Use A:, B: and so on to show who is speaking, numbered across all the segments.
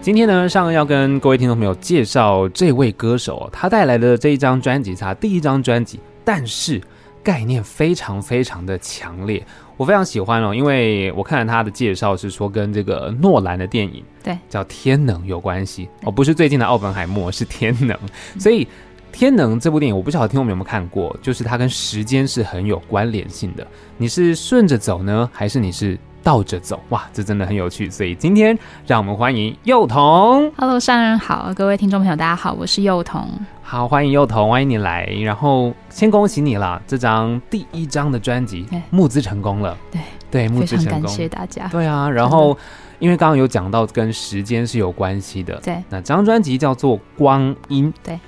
A: 今天呢，上要跟各位听众朋友介绍这位歌手、哦，他带来的这一张专辑，他第一张专辑，但是概念非常非常的强烈，我非常喜欢哦，因为我看了他的介绍是说跟这个诺兰的电影
B: 对
A: 叫《天能》有关系哦，不是最近的《奥本海默》，是《天能》，所以。《天能》这部电影，我不晓得听众们有没有看过，就是它跟时间是很有关联性的。你是顺着走呢，还是你是倒着走？哇，这真的很有趣。所以今天让我们欢迎幼童，
B: Hello，上人好，各位听众朋友，大家好，我是幼童。
A: 好，欢迎幼童，欢迎你来。然后先恭喜你啦，这张第一张的专辑
B: 对
A: 募资成功了。
B: 对
A: 对，募
B: 非
A: 资
B: 常
A: 成
B: 感
A: 功。
B: 谢大家。
A: 对啊，然
B: 的
A: 后因为刚刚有讲到跟时间是有关系的，
B: 对，
A: 那这张专辑叫做《光阴》。
B: 对，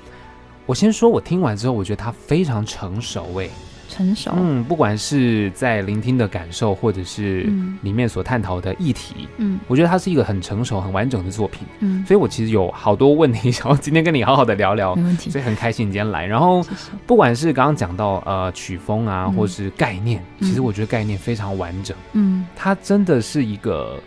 A: 我先说，我听完之后，我觉得它非常成熟、诶。
B: 成熟，
A: 嗯，不管是在聆听的感受，或者是
B: 嗯
A: 里面所探讨的议题，
B: 嗯
A: 我觉得它是一个很成熟、很完整的作品。
B: 嗯，
A: 所以我其实有好多问题想要今天跟你好好的聊聊
B: 没，问题，
A: 所以很开心你今天来。然后
B: 谢谢。
A: 不管是刚刚讲到呃曲风啊，
B: 嗯
A: 或是概念，其实
B: 嗯
A: 我觉得概念非常完整，
B: 嗯，
A: 它真的是一个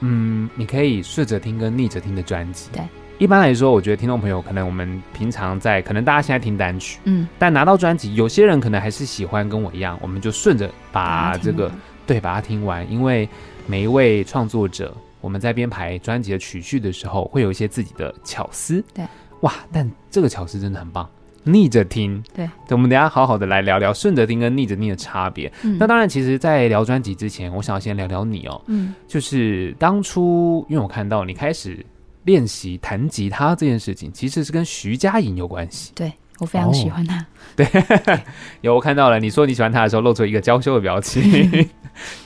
A: 嗯，你可以顺着听跟逆着听的专辑。
B: 对。
A: 一般来说，我觉得听众朋友可能我们平常在，可能大家现在听单曲，
B: 嗯，
A: 但拿到专辑，有些人可能还是喜欢跟我一样，我们就顺着把啊这个对把它听完，因为每一位创作者，我们在编排专辑的曲序的时候，会有一些自己的巧思。
B: 对，
A: 哇，但这个巧思真的很棒。逆着听，
B: 对，
A: 我们等一下好好的来聊聊顺着听跟逆着听的差别。
B: 嗯，
A: 那当然，其实，在聊专辑之前，我想要先聊聊你哦，
B: 嗯，
A: 就是当初，因为我看到你开始练习弹吉他这件事情，其实是跟徐佳莹有关系。
B: 对我非常喜欢他，
A: 哦有，我看到了。你说你喜欢他的时候，露出一个娇羞的表 情，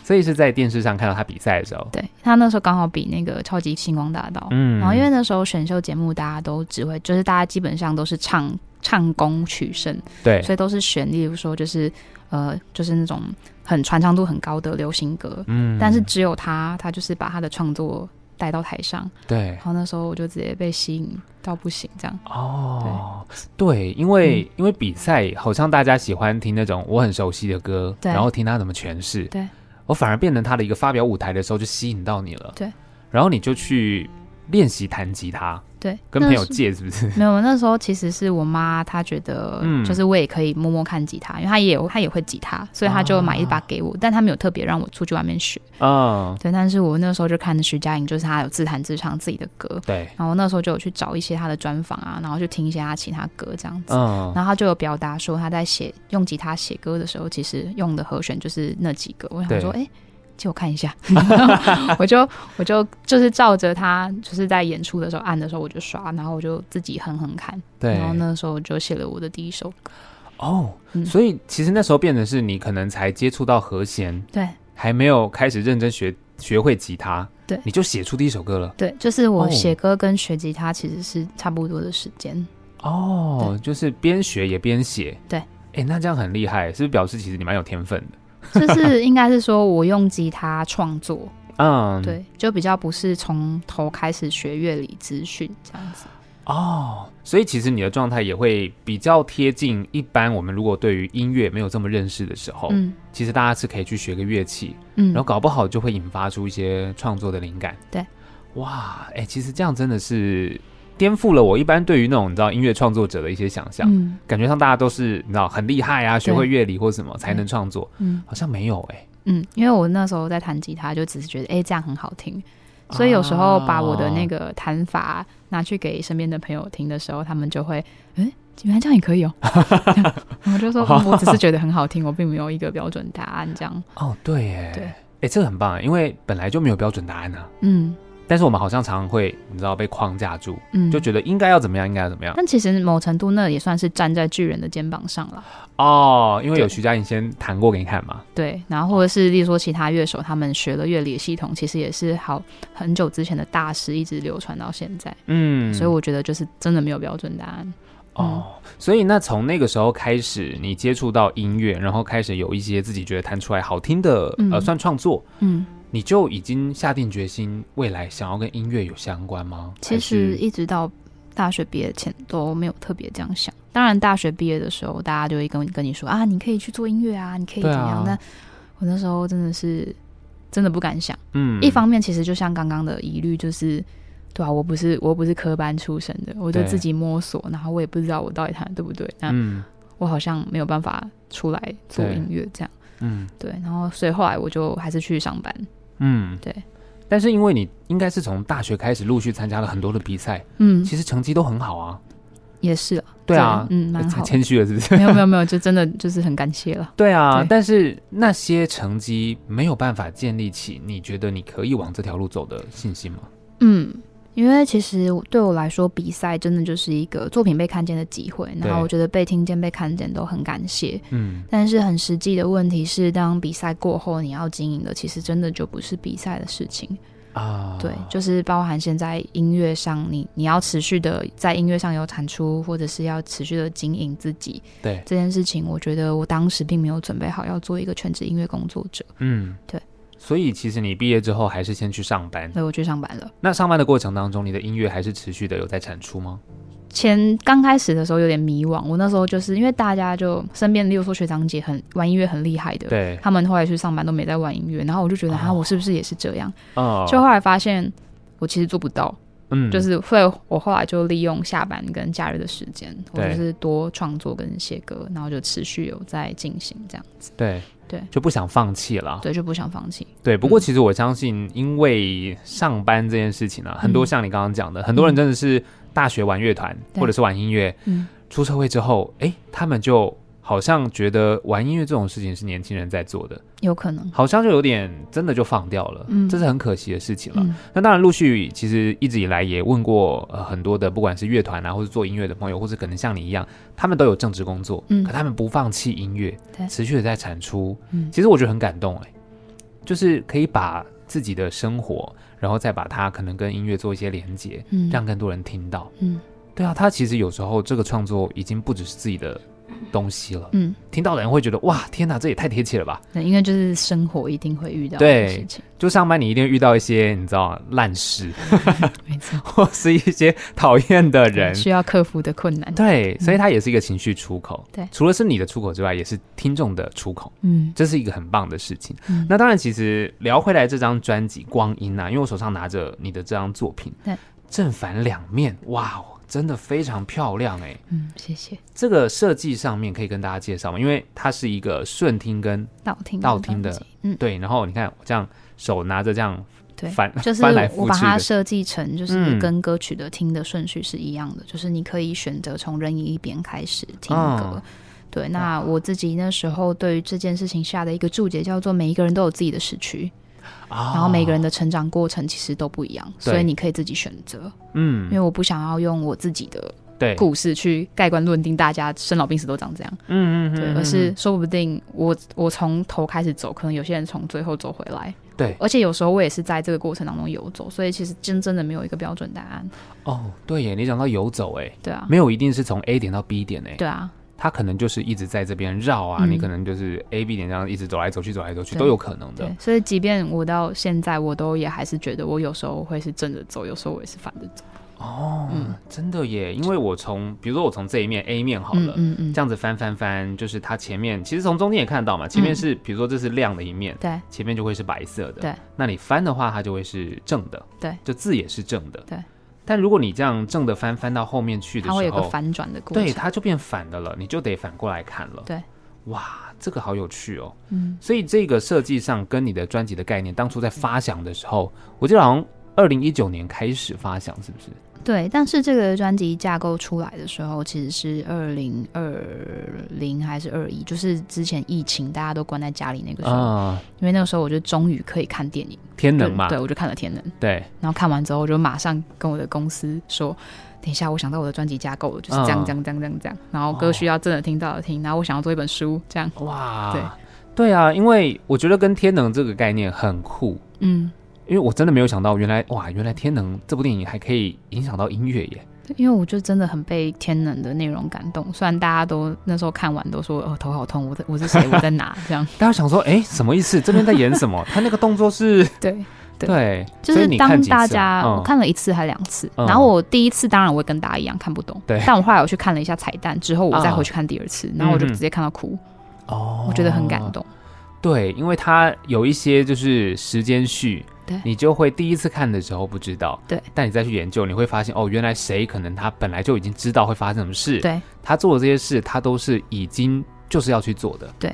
A: 所以是在电视上看到他比赛的时候。
B: 对他那时候刚好比那个超级星光大道，
A: 嗯
B: 然后因为那时候选秀节目大家都只会，就是大家基本上都是唱唱功取胜，
A: 对
B: 所以都是选，例如说就是呃，就是那种很传唱度很高的流行歌，
A: 嗯
B: 但是只有他，他就是把他的创作带到台上，
A: 对
B: 然后那时候我就直接被吸引到不行，这样。
A: 哦，对，因为、
B: 嗯
A: 因为比赛好像大家喜欢听那种我很熟悉的歌，
B: 对
A: 然后听他怎么诠释，
B: 对
A: 我反而变成他的一个发表舞台的时候就吸引到你了，
B: 对，
A: 然后你就去练习弹吉他，
B: 对，
A: 跟朋
B: 那
A: 友
B: 时
A: 借是不 是？
B: 没有，那时候其实是我妈，她觉得
A: 嗯
B: 就是我也可以摸摸看吉他，因为她也有她也会吉他，所以她就买一把给我，
A: 啊
B: 但她没有特别让我出去外面学。
A: 嗯，
B: 对，但是我那时候就看徐佳莹，就是她有自弹自唱自己的歌，
A: 对，
B: 然后那时候就有去找一些她的专访啊，然后就听一些她其他歌这样子。
A: 嗯，
B: 然后她就有表达说，她在写用吉他写歌的时候，其实用的和弦就是那几个。我想说，
A: 对
B: 哎、借我看一下， 我就我就就是照着她就是在演出的时候按的时候我就刷，然后我就自己哼哼看，
A: 对
B: 然，后那时候我就写了我的第一首歌。
A: 哦，
B: 嗯
A: 所以其实那时候变成是你可能才接触到和弦，
B: 对
A: 还没有开始认真学学会吉他，
B: 对
A: 你就写出第一首歌了。
B: 对，就是我
A: 哦
B: 写歌跟学吉他其实是差不多的时 间。
A: 哦，就是边学也边写。
B: 对，
A: 哎，那这样很厉害，是不是表示其实你蛮有天分的？
B: 就是应该是说我用吉他创作，
A: 嗯，，
B: 对，就比较不是从头开始学乐理资讯这样子。
A: 哦，所以其实你的状态也会比较贴近一般我们如果对于音乐没有这么认识的时候，
B: 嗯
A: 其实大家是可以去学个乐器，
B: 嗯
A: 哦然后搞不好就会引发出一些创作的灵感。
B: 对，
A: 哇，哎，其实这样真的是颠覆了我一般对于那种你知道音乐创作者的一些想象。
B: 嗯
A: 感觉上大家都是你知道很厉害啊，学会乐理或什么才能创作，
B: 嗯
A: 好像没有哎、
B: 嗯，因为我那时候在弹吉他，就只是觉得哎、诶这样很好听，所以有时候把我的
A: 哦
B: 那个弹法拿去给身边的朋友听的时候，他们就会嗯。原来这样也可以哦， 这样我就说，嗯我只是觉得很好听，我并没有一个标准答案这样。
A: 哦，对哎，
B: 对
A: 哎、这个很棒，因为本来就没有标准答案啊，
B: 嗯
A: 但是我们好像常常会你知道被框架住，
B: 嗯，
A: 就觉得应该要怎么样，应该要怎么样
B: 但其实某程度那也算是站在巨人的肩膀上了，
A: 哦，因为有
B: 对
A: 徐佳莹先弹过给你看嘛，
B: 对。然后或者是例如说其他乐手，他们学了乐理系统，其实也是好很久之前的大师，一直流传到现在。
A: 嗯，
B: 所以我嗯觉得就是真的没有标准答案。
A: 哦，所以那从那个时候开始，你接触到音乐，然后开始有一些自己觉得弹出来好听的，呃，
B: 嗯
A: 算创作，
B: 嗯，
A: 你就已经下定决心未来想要跟音乐有相关吗？
B: 其
A: 还
B: 实
A: 是
B: 一直到大学毕业前都没有特别这样想。当然，大学毕业的时候，大家就会跟跟你说啊，你可以去做音乐啊，你可以怎
A: 对
B: 么
A: 啊
B: 样？但我那时候真的是真的不敢想。
A: 嗯
B: 一方面，其实就像刚刚的疑虑，就是对啊，我不是我又不是科班出身的，我就
A: 对
B: 自己摸索，然后我也不知道我到底弹的对不对，那
A: 嗯
B: 我好像没有办法出来做
A: 对
B: 音乐这样，
A: 嗯
B: 对，然后所以后来我就还是去上班，
A: 嗯，
B: 对。
A: 但是因为你应该是从大学开始陆续参加了很多的比赛，
B: 嗯，
A: 其实成绩都很好啊。
B: 也是啊，
A: 对啊，
B: 嗯， 蛮
A: 太
B: 好的，
A: 谦虚了是不是？
B: 没有没有没有，就真的就是很感谢了。
A: 对啊，
B: 对
A: 但是那些成绩没有办法建立起你觉得你可以往这条路走的信心吗？
B: 嗯，因为其实我对我来说，比赛真的就是一个作品被看见的机会，
A: 对
B: 然后我觉得被听见、被看见都很感谢。
A: 嗯，
B: 但是很实际的问题是，当比赛过后，你要经营的其实真的就不是比赛的事情，
A: 啊，
B: 对，就是包含现在音乐上，你你要持续的在音乐上有产出，或者是要持续的经营自己
A: 对，
B: 这件事情，我觉得我当时并没有准备好要做一个全职音乐工作者，
A: 嗯，
B: 对。
A: 所以其实你毕业之后还是先去上班。
B: 所以我去上班了。
A: 那上班的过程当中，你的音乐还是持续的有在产出吗？
B: 前刚开始的时候有点迷惘，我那时候就是因为大家就身边，例如说学长姐很玩音乐很厉害的，
A: 对，
B: 他们后来去上班都没在玩音乐，然后我就觉得
A: 哦
B: 啊，我是不是也是这样？
A: 哦
B: 就后来发现我其实做不到，
A: 嗯
B: 就是所以我后来就利用下班跟假日的时间，我
A: 对
B: 就是多创作跟写歌，然后就持续有在进行这样子，
A: 对
B: 对
A: 就不想放弃了。
B: 对，就不想放弃，
A: 对，不过其实我相信，因为上班这件事情啊，很多像你刚刚讲的，很多人真的是大学玩乐团
B: 嗯对
A: 或者是玩音乐，
B: 嗯，
A: 出社会之后，哎，他们就好像觉得玩音乐这种事情是年轻人在做的，
B: 有可能，
A: 好像就有点真的就放掉了，
B: 嗯
A: 这是很可惜的事情了。
B: 嗯
A: 那当然，陆续其实一直以来也问过呃很多的，不管是乐团啊，或者做音乐的朋友，或者可能像你一样，他们都有正职工作，
B: 嗯
A: 可他们不放弃音乐，
B: 对
A: 持续的在产出。
B: 嗯
A: 其实我觉得很感动哎、就是可以把自己的生活，然后再把它可能跟音乐做一些连接，
B: 嗯
A: 让更多人听到。
B: 嗯
A: 对啊，他其实有时候这个创作已经不只是自己的东西了，
B: 嗯，
A: 听到的人会觉得哇，天哪，这也太贴切了吧！
B: 对，因为就是生活一定会遇到的
A: 对
B: 事情，
A: 就上班你一定遇到一些你知道烂事，
B: 没错，
A: 或是一些讨厌的人，
B: 需要克服的困难，
A: 对，所以它也是一个情绪出口。
B: 嗯对
A: 除了是你的出口之外，也是听众的出口，
B: 嗯。
A: 这是一个很棒的事情。
B: 嗯
A: 那当然，其实聊回来这张专辑《光阴》啊，因为我手上拿着你的这张作品，
B: 对，
A: 正反两面，哇哦，真的非常漂亮哎、
B: 嗯，谢谢。
A: 这个设计上面可以跟大家介绍吗？因为它是一个顺听跟
B: 道听
A: 道听的
B: 专辑， 嗯，
A: 对，然后你看我这样手拿着这样
B: 对，
A: 翻，
B: 就是
A: 翻来
B: 我
A: 覆
B: 把它
A: 去的，
B: 设计成就是
A: 嗯
B: 跟歌曲的听的顺序是一样的，就是你可以选择从任意一边开始听歌。
A: 哦
B: 对，那我自己那时候对于这件事情下的一个注解叫做：每一个人都有自己的时区，然
A: 然
B: 后每个人的成长过程其实都不一样，所
A: 哦对
B: 以你可以自己选择。因
A: 嗯
B: 为我不想要用我自己的
A: 对
B: 故事去盖棺论定大家生老病死都长这样，
A: 嗯嗯嗯
B: 对，
A: 嗯
B: 而是说不定我我从头开始走，可能有些人从最后走回来，
A: 嗯对
B: 而且有时候我也是在这个过程当中游走，所以其实真真的没有一个标准答案，
A: 哦对耶，你讲到游走哎。
B: 对啊，
A: 没有一定是从 A 点到 B 点诶、欸
B: 对啊，
A: 他可能就是一直在这边绕啊，
B: 嗯
A: 你可能就是 A、B 点这样一直走来走去，走来走去
B: 对
A: 都有可能的
B: 对，。所以即便我到现在，我都也还是觉得我有时候会是正着走，有时候我也是反着走，
A: 哦，真的耶，因为我从比如说我从这一面 A 面好
B: 嗯
A: 了。
B: 嗯嗯
A: 这，样子翻翻翻，就是它前面其实从中间也看得到嘛，前面是比如说这是亮的一面，
B: 嗯对
A: 前面就会是白色的，
B: 对，
A: 那你翻的话它就会是正的，
B: 对，
A: 就字也是正的，
B: 对。
A: 但如果你这样正的翻翻到后面去的时
B: 它
A: 候，
B: 会有个反转的过
A: 对，
B: 程，
A: 它就变反的了，你就得反过来看了。
B: 对，
A: 哇，这个好有趣哦。
B: 嗯，
A: 所以这个设计上跟你的专辑的概念，当初在发想的时候，我记得好像二零一九年开始发想，是不是？
B: 对。但是这个专辑架构出来的时候，其实是二零二零还是二一，就是之前疫情大家都关在家里那个时候，
A: 啊、
B: 因为那个时候我就终于可以看电影，
A: 天能嘛，
B: 对，我就看了《天能》。
A: 对
B: 然后看完之后，我就马上跟我的公司说：“等一下，我想到我的专辑架构了，就是这样、
A: 嗯
B: 这样、这样、这样、这样。然后歌需要真的听到的听，然后我想要做一本书，这样。
A: 哇，
B: 对
A: 对啊，因为我觉得跟天能这个概念很酷，
B: 嗯，
A: 因为我真的没有想到，原来哇，原来天能这部电影还可以影响到音乐耶。
B: 因为我就真的很被天能的内容感动。虽然大家都那时候看完都说：‘哦，头好痛，我在我是谁，我在哪？’这样。
A: 大家想说，哎，什么意思？这边在演什么？他那个动作是，
B: 对，对
A: 对，
B: 就
A: 所以
B: 是
A: 你看
B: 当
A: 几次啊
B: 大家、我
A: 嗯
B: 看了一次还两次，
A: 嗯
B: 然后我第一次当然我会跟大家一样看不懂，
A: 对
B: 但我后来我去看了一下彩蛋之后，我再
A: 啊
B: 回去看第二次，然后我就
A: 嗯嗯
B: 直接看到哭，
A: 哦
B: 我觉得很感动。
A: 对，因为它有一些就是时间序，
B: 对
A: 你就会第一次看的时候不知道，
B: 对，
A: 但你再去研究，你会发现哦，原来谁可能他本来就已经知道会发生什么事，
B: 对，
A: 他做的这些事，他都是已经就是要去做的。
B: 对，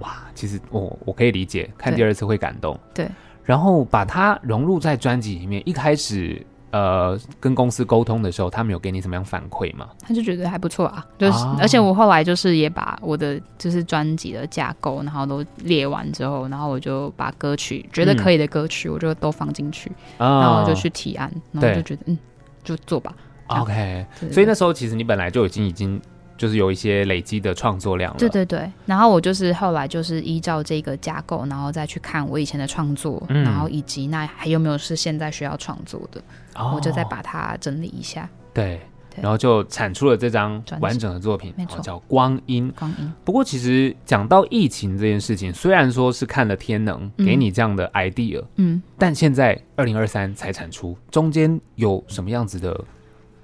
A: 哇，其实我我可以理解，看
B: 对
A: 第二次会感动。
B: 对，
A: 然后把它融入在专辑里面。一开始呃跟公司沟通的时候，他们有给你什么样反馈吗？
B: 他就觉得还不错啊，就是、
A: 啊
B: 而且我后来就是也把我的就是专辑的架构，然后都列完之后，然后我就把歌曲觉得可以的歌曲，我就都放进去，
A: 啊
B: 然后我就去提案，然后
A: 对
B: 就觉得嗯，就做吧。
A: OK，
B: 对
A: 所以那时候其实你本来就已经已经就是有一些累积的创作量了。
B: 对对对，然后我就是后来就是依照这个架构，然后再去看我以前的创作，
A: 嗯
B: 然后以及那还有没有是现在需要创作的，
A: 哦，
B: 我就再把它整理一下。
A: 对。
B: 对
A: 然后就产出了这张
B: 专辑
A: 完整的作品，
B: 没错
A: 哦叫《光阴》。
B: 光阴，
A: 不过，其实讲到疫情这件事情，虽然说是看了《天能》
B: 嗯
A: 给你这样的 idea，、
B: 嗯，
A: 但现在二零二三才产出，中间有什么样子的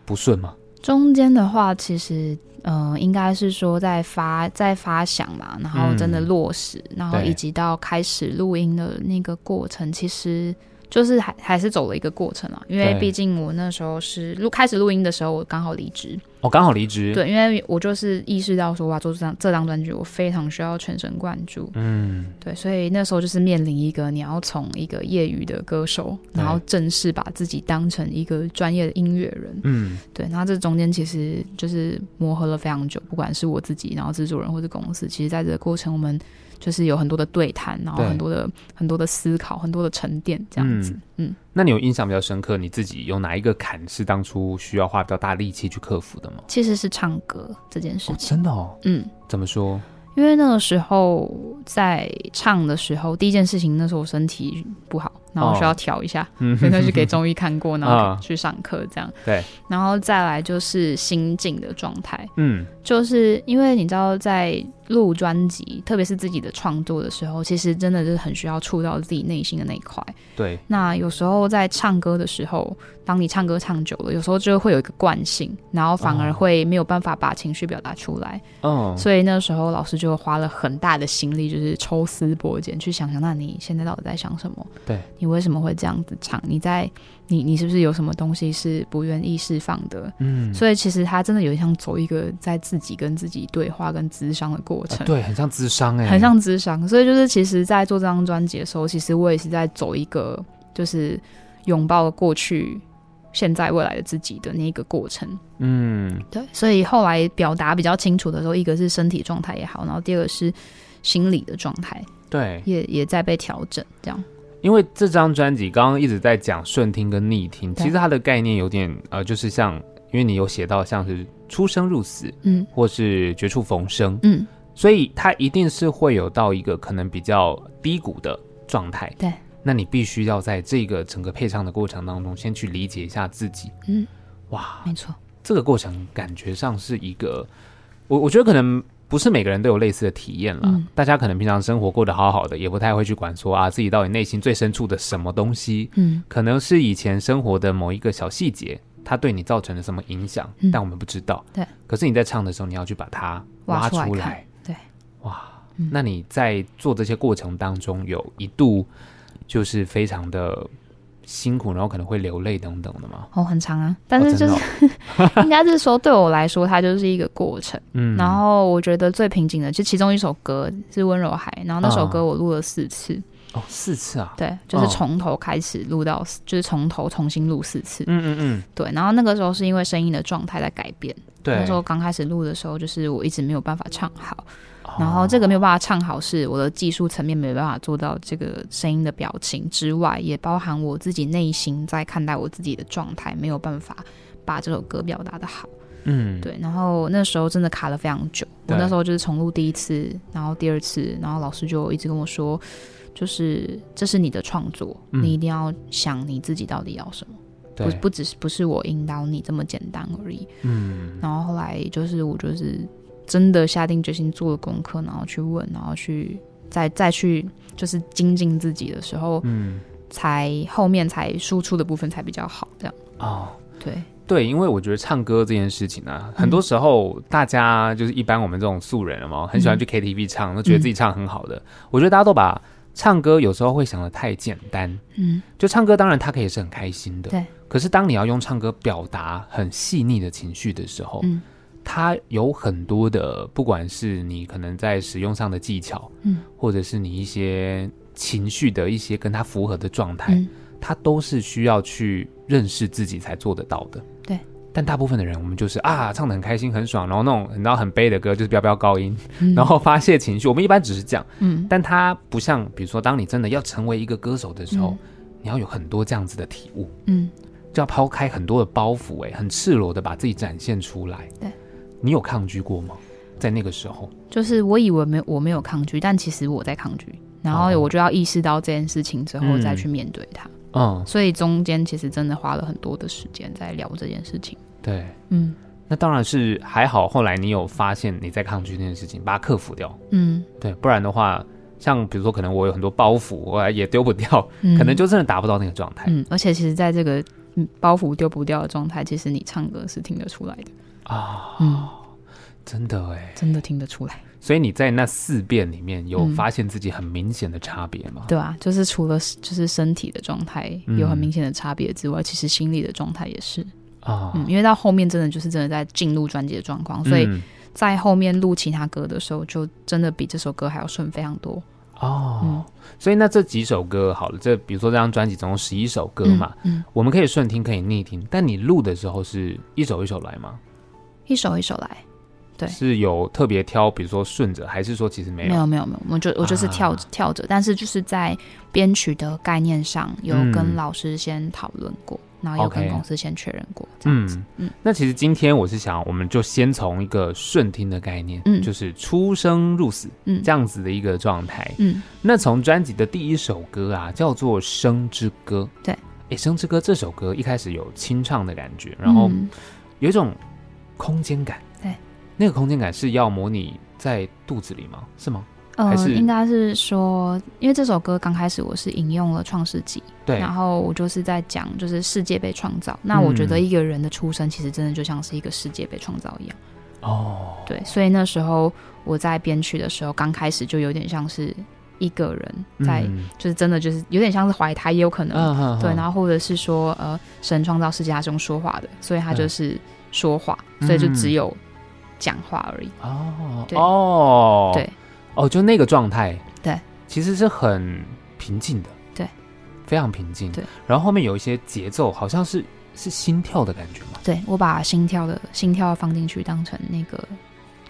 A: 不顺吗？
B: 中间的话，其实嗯、呃应该是说在发在发想嘛，然后真的
A: 嗯
B: 落实，然后
A: 对
B: 以及到开始录音的那个过程，其实就是还还是走了一个过程啊。因为
A: 对
B: 毕竟我那时候是录开始录音的时候，我刚好离职，
A: 我、哦刚好离职，，
B: 对，因为我就是意识到说，哇，做这张这张专辑，我非常需要全神贯注。
A: 嗯，
B: 对，所以那时候就是面临一个你要从一个业余的歌手，然后
A: 对
B: 正式把自己当成一个专业的音乐人。
A: 嗯，
B: 对，那这中间其实就是磨合了非常久，不管是我自己，然后制作人或是公司，其实在这个过程，我们就是有很多的对谈，然后
A: 对
B: 很多的很多的思考，很多的沉淀，这样子。嗯
A: 那你有印象比较深刻，你自己有哪一个坎是当初需要花比较大力气去克服的吗？
B: 其实是唱歌这件事
A: 哦，
B: 情，
A: 真的哦，
B: 嗯，
A: 怎么 说？
B: 因为那个时候在唱的时候，第一件事情，那时候我身体不好，然后我需要调一下，
A: 嗯
B: 所以那就给中医看过，然后
A: 啊
B: 去上课这样。
A: 对，
B: 然后再来就是心境的状态，
A: 嗯，
B: 就是因为你知道，在录专辑，特别是自己的创作的时候，其实真的就是很需要触到自己内心的那一块。
A: 对，
B: 那有时候在唱歌的时候，当你唱歌唱久了，有时候就会有一个惯性，然后反而
A: 哦
B: 会没有办法把情绪表达出来。
A: 哦，
B: 所以那时候老师就花了很大的心力，就是抽丝剥茧，去想想，那你现在到底在想什么？
A: 对，
B: 你为什么会这样子唱？你在你你是不是有什么东西是不愿意释放的？
A: 嗯，
B: 所以其实他真的有点像走一个在自己跟自己对话跟咨商的过
A: 啊
B: 程，
A: 对，很像智商哎、
B: 很像咨商。所以就是其实，在做这张专辑的时候，其实我也是在走一个就是拥抱过去、现在、未来的自己的那个过程。
A: 嗯，
B: 对，所以后来表达比较清楚的时候，一个是身体状态也好，然后第二个是心理的状态
A: 对，
B: 也也在被调整，这样。
A: 因为这张专辑刚刚一直在讲顺听跟逆听，
B: 对
A: 其实它的概念有点呃，就是像，因为你有写到像是出生入死
B: 嗯
A: 或是绝处逢生，
B: 嗯，
A: 所以它一定是会有到一个可能比较低谷的状态。
B: 对，
A: 那你必须要在这个整个配唱的过程当中，先去理解一下自己。
B: 嗯，
A: 哇，
B: 没错。
A: 这个过程感觉上是一个，我我觉得可能。不是每个人都有类似的体验啦，
B: 嗯
A: 大家可能平常生活过得好好的，也不太会去管说啊自己到底内心最深处的什么东西，
B: 嗯，
A: 可能是以前生活的某一个小细节，它对你造成了什么影响，
B: 嗯
A: 但我们不知道。
B: 对，
A: 可是你在唱的时候，你要去把它
B: 挖
A: 出
B: 出来看对，
A: 哇，
B: 嗯
A: 那你在做这些过程当中，有一度就是非常的辛苦，然后可能会流泪等等的吗？
B: 哦，很长啊，但是
A: 哦
B: 就
A: 真
B: 是、
A: 的哦
B: 应该是说，对我来说，它就是一个过程。
A: 嗯，
B: 然后我觉得最瓶颈的，就其中一首歌是《温柔海》，然后那首
A: 啊
B: 歌我录了四次，
A: 哦，四次啊，
B: 对，就是
A: 哦
B: 从头开始录到，就是从头重新录四次。
A: 嗯嗯嗯，
B: 对，然后那个时候是因为声音的状态在改变，
A: 对，
B: 那时候刚开始录的时候，就是我一直没有办法唱好，
A: 哦
B: 然后这个没有办法唱好，是我的技术层面没有办法做到这个声音的表情之外，也包含我自己内心在看待我自己的状态，没有办法把这首歌表达的好。
A: 嗯，
B: 对，然后那时候真的卡了非常久，我
A: 对
B: 那时候就是重录第一次，然后第二次，然后老师就一直跟我说，就是这是你的创作，
A: 嗯
B: 你一定要想你自己到底要什么，
A: 对，
B: 不不只是不是我引导你这么简单而已。
A: 嗯，
B: 然后后来就是我就是真的下定决心做了功课，然后去问，然后去再再去就是精进自己的时候，
A: 嗯，
B: 才后面才输出的部分才比较好，这样
A: 哦。
B: 对，
A: 对，因为我觉得唱歌这件事情
B: 嗯
A: 啊，很多时候大啊
B: 嗯
A: 家就是一般我们这种素人嘛，很喜欢去 KTV 唱，都觉得自己唱很好的。我觉得大家都把唱歌有时候会想的太简单，
B: 嗯，
A: 就唱歌当然它可以是很开心的，
B: 对。
A: 可是当你要用唱歌表达很细腻的情绪的时候，
B: 嗯
A: 它有很多的，不管是你可能在使用上的技巧，
B: 嗯，
A: 或者是你一些情绪的一些跟它符合的状态，
B: 嗯，
A: 它都是需要去认识自己才做得到的。
B: 对。
A: 但大部分的人，我们就是啊，唱的很开心、很爽，然后那种然后很悲的歌就是飙飙高音，
B: 嗯
A: 然后发泄情绪。我们一般只是这样，
B: 嗯，
A: 但它不像，比如说，当你真的要成为一个歌手的时候，
B: 嗯
A: 你要有很多这样子的体悟，
B: 嗯，
A: 就要抛开很多的包袱、哎，很赤裸的把自己展现出来。
B: 对，
A: 你有抗拒过吗？在那个时候，
B: 就是我以为没我没有抗拒，但其实我在抗拒，然后
A: 哦
B: 我就要意识到这件事情之后
A: 嗯
B: 再去面对它，
A: 嗯，
B: 所以中间其实真的花了很多的时间在聊这件事情。
A: 对，
B: 嗯
A: 那当然是还好，后来你有发现你在抗拒这件事情，把它克服掉。
B: 嗯，
A: 对，不然的话，像比如说，可能我有很多包袱，我也丢不掉，
B: 嗯
A: 可能就真的达不到那个状态
B: 嗯，而且其实在这个嗯包袱丢不掉的状态，其实你唱歌是听得出来的，
A: 啊。
B: 嗯，
A: 真的哎，
B: 真的听得出来，
A: 所以你在那四遍里面有
B: 嗯
A: 发现自己很明显的差别吗？
B: 对啊，就是除了就是身体的状态
A: 嗯
B: 有很明显的差别之外，其实心理的状态也是，
A: 啊，
B: 嗯，因为到后面真的就是真的在进入专辑的状况，所以
A: 嗯
B: 在后面录其他歌的时候，就真的比这首歌还要顺非常多。
A: 哦，
B: 嗯
A: 所以那这几首歌好了，这比如说这张专辑总共十一首歌嘛，
B: 嗯，嗯
A: 我们可以顺听，可以逆听，但你录的时候是一首一首来吗？
B: 一首一首来，对
A: 是有特别挑，比如说顺着，还是说其实没有？啊
B: 没有没有没有，我就我就是跳着、跳着，但是就是在编曲的概念上有
A: 嗯
B: 跟老师先讨论过，然后有
A: OK
B: 跟公司先确认过，这样子。
A: 嗯
B: 嗯
A: 那其实今天我是想，我们就先从一个顺听的概念，
B: 嗯
A: 就是出生入死，
B: 嗯
A: 这样子的一个状态。
B: 嗯
A: 那从专辑的第一首歌啊，叫做《生之歌》。
B: 对，
A: 诶，生之歌》这首歌一开始有清唱的感觉，然后
B: 嗯
A: 有一种空间感。
B: 对，
A: 那个空间感是要模拟在肚子里吗？是吗？还
B: 呃，
A: 是
B: 应该是说，因为这首歌刚开始我是引用了《创世纪》，
A: 对嗯
B: 然，后我就是在讲，就是世界被创造。那我觉得一个人的出生其实真的就像是一个世界被创造一样。
A: 哦，
B: 对，所以那时候我在编曲的时候，刚开始就有点像是一个人在，
A: 嗯
B: 就是真的就是有点像是怀胎，也有可能、
A: 嗯嗯
B: 对，
A: 嗯
B: 然后或者是说呃，神创造世界他是用说话的，所以他就是说话，所
A: 嗯
B: 以就只有讲话而已。
A: 哦
B: 对
A: 哦，
B: 对，
A: 哦，就那个状态，
B: 对，
A: 其实是很平静的，
B: 对，
A: 非常平静，
B: 对。
A: 然后后面有一些节奏，好像是是心跳的感觉嘛，
B: 对我把心跳的心跳放进去，当成那个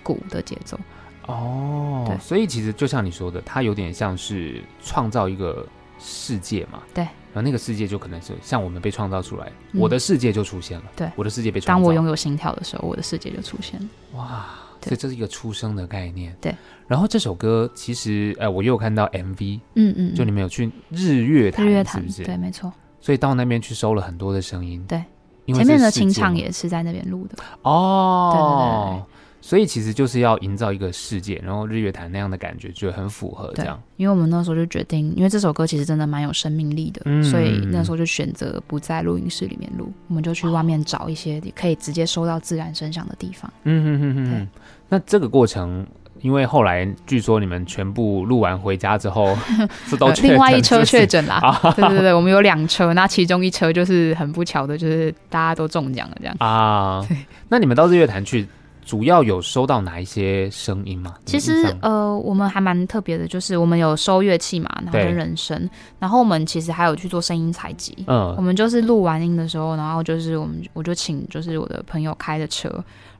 B: 鼓的节奏。
A: 哦
B: 对，
A: 所以其实就像你说的，它有点像是创造一个世界嘛，
B: 对。
A: 然后那个世界就可能是像我们被创造出来，
B: 嗯
A: 我的世界就出现了，
B: 对
A: 我的世界被创
B: 当
A: 造。
B: 我拥有心跳的时候，我的世界就出现了。
A: 哇，
B: 对
A: 所以这是一个出生的概念，
B: 对。
A: 然后这首歌其实，呃，我又有看到 MV，
B: 嗯嗯，
A: 就你们有去日月潭，
B: 日月
A: 是
B: 潭
A: 不是？
B: 对，没错。
A: 所以到那边去收了很多的声音。
B: 对，
A: 因为
B: 前面
A: 是
B: 的
A: 世
B: 清
A: 界
B: 唱
A: 嘛
B: 也是在那边录的。对对
A: 哦
B: 对，
A: 所以其实就是要营造一个世界，然后日月潭那样的感觉就很符合这
B: 对
A: 样。，
B: 因为我们那时候就决定，因为这首歌其实真的蛮有生命力的，
A: 嗯
B: 所以那时候就选择不在录音室里面录，我们就去外
A: 哦
B: 面找一些可以直接收到自然声响的地方。
A: 嗯哼哼哼
B: 对
A: 哼。那这个过程，因为后来据说你们全部录完回家之 后是都
B: 呃
A: 确诊
B: 另外一
A: 是
B: 车
A: 不是啊
B: 确诊啦，对对对，我们有两车，那其中一车就是很不巧的，就是大家都中奖了这样。
A: 啊
B: 对。
A: 那你们到日月潭去，主要有收到哪一些声音吗？
B: 其
A: 你们印
B: 实
A: 象
B: 呃，我们还蛮特别的，就是我们有收乐器嘛，然后
A: 对
B: 跟人声，然后我们其实还有去做声音采集。我
A: 嗯
B: 们就是录完音的时候，然后就是我们我就请就是我的朋友开的车，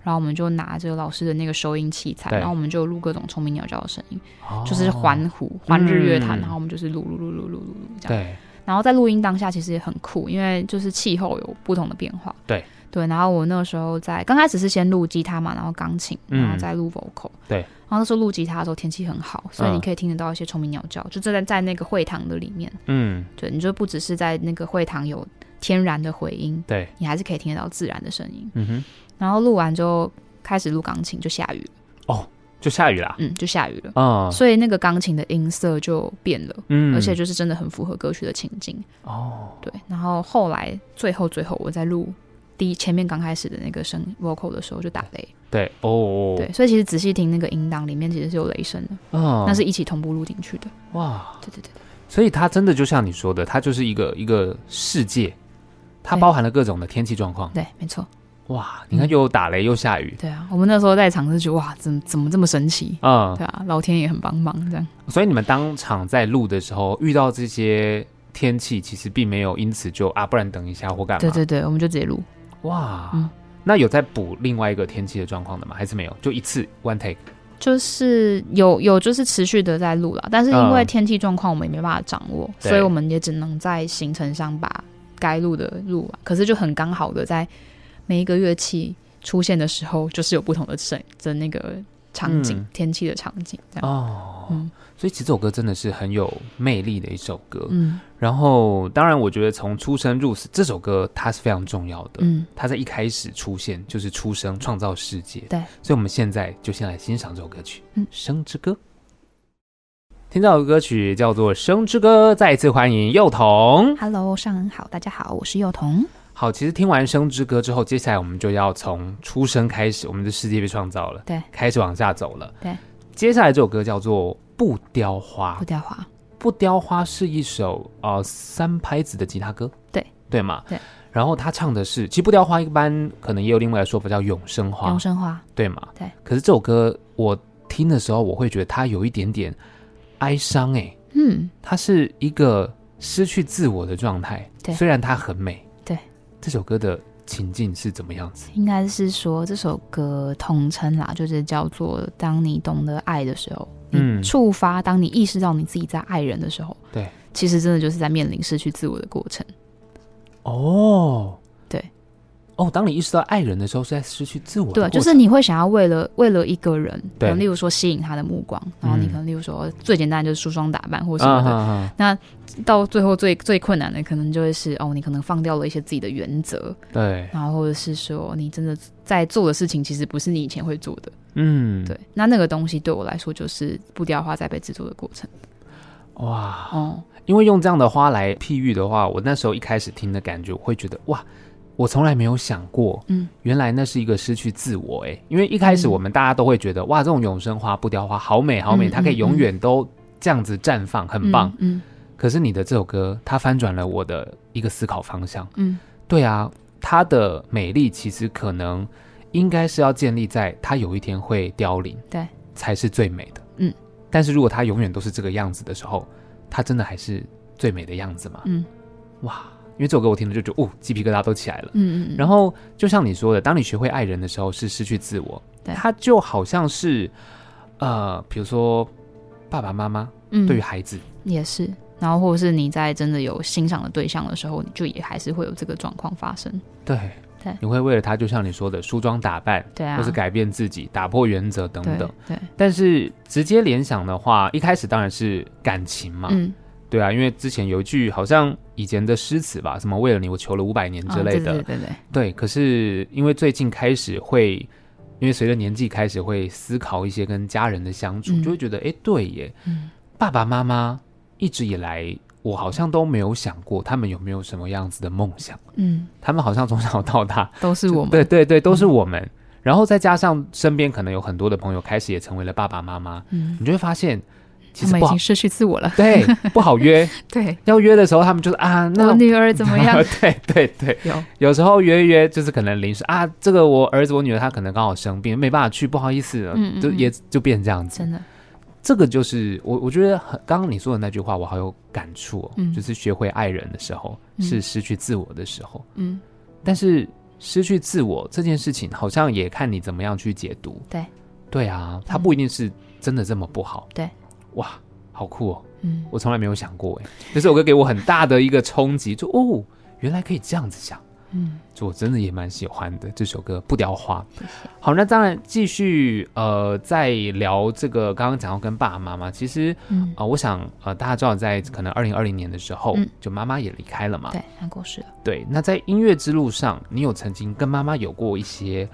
B: 然后我们就拿着老师的那个收音器材，
A: 对
B: 然后我们就录各种虫鸣鸟叫的声音，
A: 哦
B: 就是环湖、环日月潭，
A: 嗯
B: 然后我们就是录录录录录录录这样。
A: 对
B: 然后在录音当下其实也很酷，因为就是气候有不同的变化。
A: 对
B: 对，然后我那个时候在刚开始是先录吉他嘛，然后钢琴，
A: 嗯
B: 然后再录 vocal。
A: 对嗯
B: 然后那时候录吉他的时候天气很好，所以你可以听得到一些虫鸣鸟叫，就正在在那个会堂的里面。
A: 嗯
B: 对，你就不只是在那个会堂有天然的回音，
A: 对
B: 你还是可以听得到自然的声音。
A: 嗯哼，
B: 然后录完之后开始录钢琴，就下雨了，
A: 就下雨啦。
B: 嗯，就下雨了，
A: 嗯
B: 所以那个钢琴的音色就变了，
A: 嗯，
B: 而且就是真的很符合歌曲的情境。
A: 哦
B: 对，然后后来最后最后我在录第一前面刚开始的那个声 vocal 的时候就打雷，
A: 对哦哦
B: 对，所以其实仔细听那个音档里面其实是有雷声的，
A: 嗯
B: 那是一起同步录进去的。
A: 哇，
B: 对对对对，
A: 所以它真的就像你说的，它就是一个一个世界，它
B: 对嗯
A: 包含了各种的天气状况。
B: 对，没错，
A: 哇，你看又打雷又下雨，
B: 对啊，我们那时候在场是觉得哇，怎么怎么这么神奇？
A: 嗯，
B: 对啊，老天也很帮忙，这样
A: 所以你们当场在录的时候遇到这些天气，其实并没有因此就啊，不然等一下或干嘛？
B: 对对对，我们就直接录。
A: 哇，
B: 嗯
A: 那有在补另外一个天气的状况的吗？还是没有？就一次 one take
B: 就是有有就是持续的在录了，但是因为天气状况我们也没办法掌握，
A: 嗯对
B: 所以我们也只能在行程上把该录的录完。可是就很刚好的在每一个乐器出现的时候，就是有不同的声的那个场景、
A: 嗯
B: 天气的场景这样。
A: 哦。
B: 嗯
A: 所以其实这首歌真的是很有魅力的一首歌。
B: 嗯
A: 然后，当然，我觉得从出生入死这首歌它是非常重要的。
B: 嗯，
A: 它在一开始出现就是出生创造世界。
B: 对，
A: 所以我们现在就先来欣赏这首歌曲《
B: 嗯
A: 生之歌》。听到的歌曲叫做《生之歌》，再次欢迎幼童。
B: Hello，上恩好，大家好，我是幼童。
A: 好，其实听完《生之歌》之后，接下来我们就要从出生开始，我们的世界被创造了，
B: 对，
A: 开始往下走了。
B: 对，
A: 接下来这首歌叫做《不雕花》
B: 不。掉花，
A: 不雕花是一首呃三拍子的吉他歌，
B: 对
A: 对嘛，
B: 对。
A: 然后他唱的是，其实不雕花一般可能也有另外的说法叫永生花
B: 永，生花，
A: 对嘛，
B: 对。
A: 可是这首歌我听的时候，我会觉得它有一点点哀伤、欸，
B: 嗯，
A: 它是一个失去自我的状态。
B: 对
A: 虽然它很美，
B: 对。
A: 这首歌的情境是怎么样子？
B: 应该是说这首歌统称啦，就是叫做“当你懂得爱的时候”，
A: 嗯
B: 你触发，当你意识到你自己在爱人的时候，
A: 对，
B: 其实真的就是在面临失去自我的过程。
A: 哦，
B: 对。
A: 哦，当你意识到爱人的时候，是在失去自我的
B: 对，啊
A: 过程
B: 就是你会想要为了为了一个人，可
A: 对
B: 能例如说吸引他的目光，然后你
A: 嗯
B: 可能例如说最简单就是梳妆打扮或什
A: 啊
B: 么
A: 哈
B: 的，
A: 哈，
B: 到最后最最困难的可能就会是哦，你可能放掉了一些自己的原则，
A: 对，
B: 然后或者是说你真的在做的事情其实不是你以前会做的。
A: 嗯，
B: 对，那那个东西对我来说就是不雕花在被制作的过程。
A: 哇，
B: 哦、
A: 因为用这样的花来譬喻的话，我那时候一开始听的感觉，我会觉得哇，我从来没有想过，
B: 嗯，
A: 原来那是一个失去自我诶、因为一开始
B: 嗯
A: 我们大家都会觉得、哇，这种永生花、不凋花好美好美，
B: 嗯
A: 它可以永远都这样子绽放，很棒。
B: 嗯
A: 可是你的这首歌，它翻转了我的一个思考方向。
B: 嗯
A: 对啊，它的美丽其实可能应该是要建立在它有一天会凋零，
B: 对，
A: 才是最美的。
B: 嗯，
A: 但是如果它永远都是这个样子的时候，它真的还是最美的样子吗？
B: 嗯
A: 哇，因为这首歌我听了就觉得，哦，鸡皮疙瘩都起来了。
B: 嗯嗯，
A: 然后就像你说的，当你学会爱人的时候，是失去自我，
B: 对
A: 它就好像是，呃，比如说爸爸妈妈
B: 嗯
A: 对于孩子，
B: 也是，然后或者是你在真的有欣赏的对象的时候，你就也还是会有这个状况发生。
A: 对，
B: 对
A: 你会为了他，就像你说的，梳妆打扮，
B: 对啊，
A: 或是改变自己、打破原则等
B: 对
A: 等。
B: 对，
A: 但是直接联想的话，一开始当然是感情嘛，
B: 嗯
A: 对啊，因为之前有一句好像以前的诗词吧，什么为了你我求了五百年之类的，
B: 啊对对对对，
A: 对。可是因为最近开始会，因为随着年纪开始会思考一些跟家人的相处，
B: 嗯
A: 就会觉得哎、诶对耶，
B: 嗯
A: 爸爸妈妈一直以来我好像都没有想过他们有没有什么样子的梦想，
B: 嗯，
A: 他们好像从小到大
B: 都是我们
A: 对对对，都是我们。然后再加上身边可能有很多的朋友开始也成为了爸爸妈妈，
B: 嗯，
A: 你就会发现其
B: 他
A: 实
B: 们已
A: 不好
B: 经，失去自我了。
A: 对，不好约。
B: 对，
A: 要约的时候，他们就是啊，那
B: 我女儿怎么样？
A: 对对对，
B: 有
A: 有时候约一约就是可能临时啊，这个我儿子我女儿她可能刚好生病，没办法去，不好意思，
B: 嗯嗯
A: 就
B: 嗯
A: 也就变这样子。
B: 真的，
A: 这个就是我我觉得很刚刚你说的那句话，我好有感触、哦，
B: 嗯
A: 就是学会爱人的时候
B: 嗯
A: 是失去自我的时候，
B: 嗯
A: 但是失去自我这件事情，好像也看你怎么样去解读。
B: 对，
A: 对啊，它不一定是真的这么不好。
B: 嗯对，
A: 哇，好酷哦！
B: 嗯，
A: 我从来没有想过哎，这首歌给我很大的一个冲击，就哦，原来可以这样子想。
B: 嗯，
A: 就我真的也蛮喜欢的这首歌《不雕花》。
B: 谢谢。
A: 好，那当然继续呃，再聊这个刚刚讲到跟爸爸妈妈，其实
B: 嗯
A: 啊、，呃我想呃，大家知道在可能二零二零年的时候，
B: 嗯
A: 就妈妈也离开了嘛。
B: 对，韩国是
A: 对，那在音乐之路上，你有曾经跟妈妈有过一些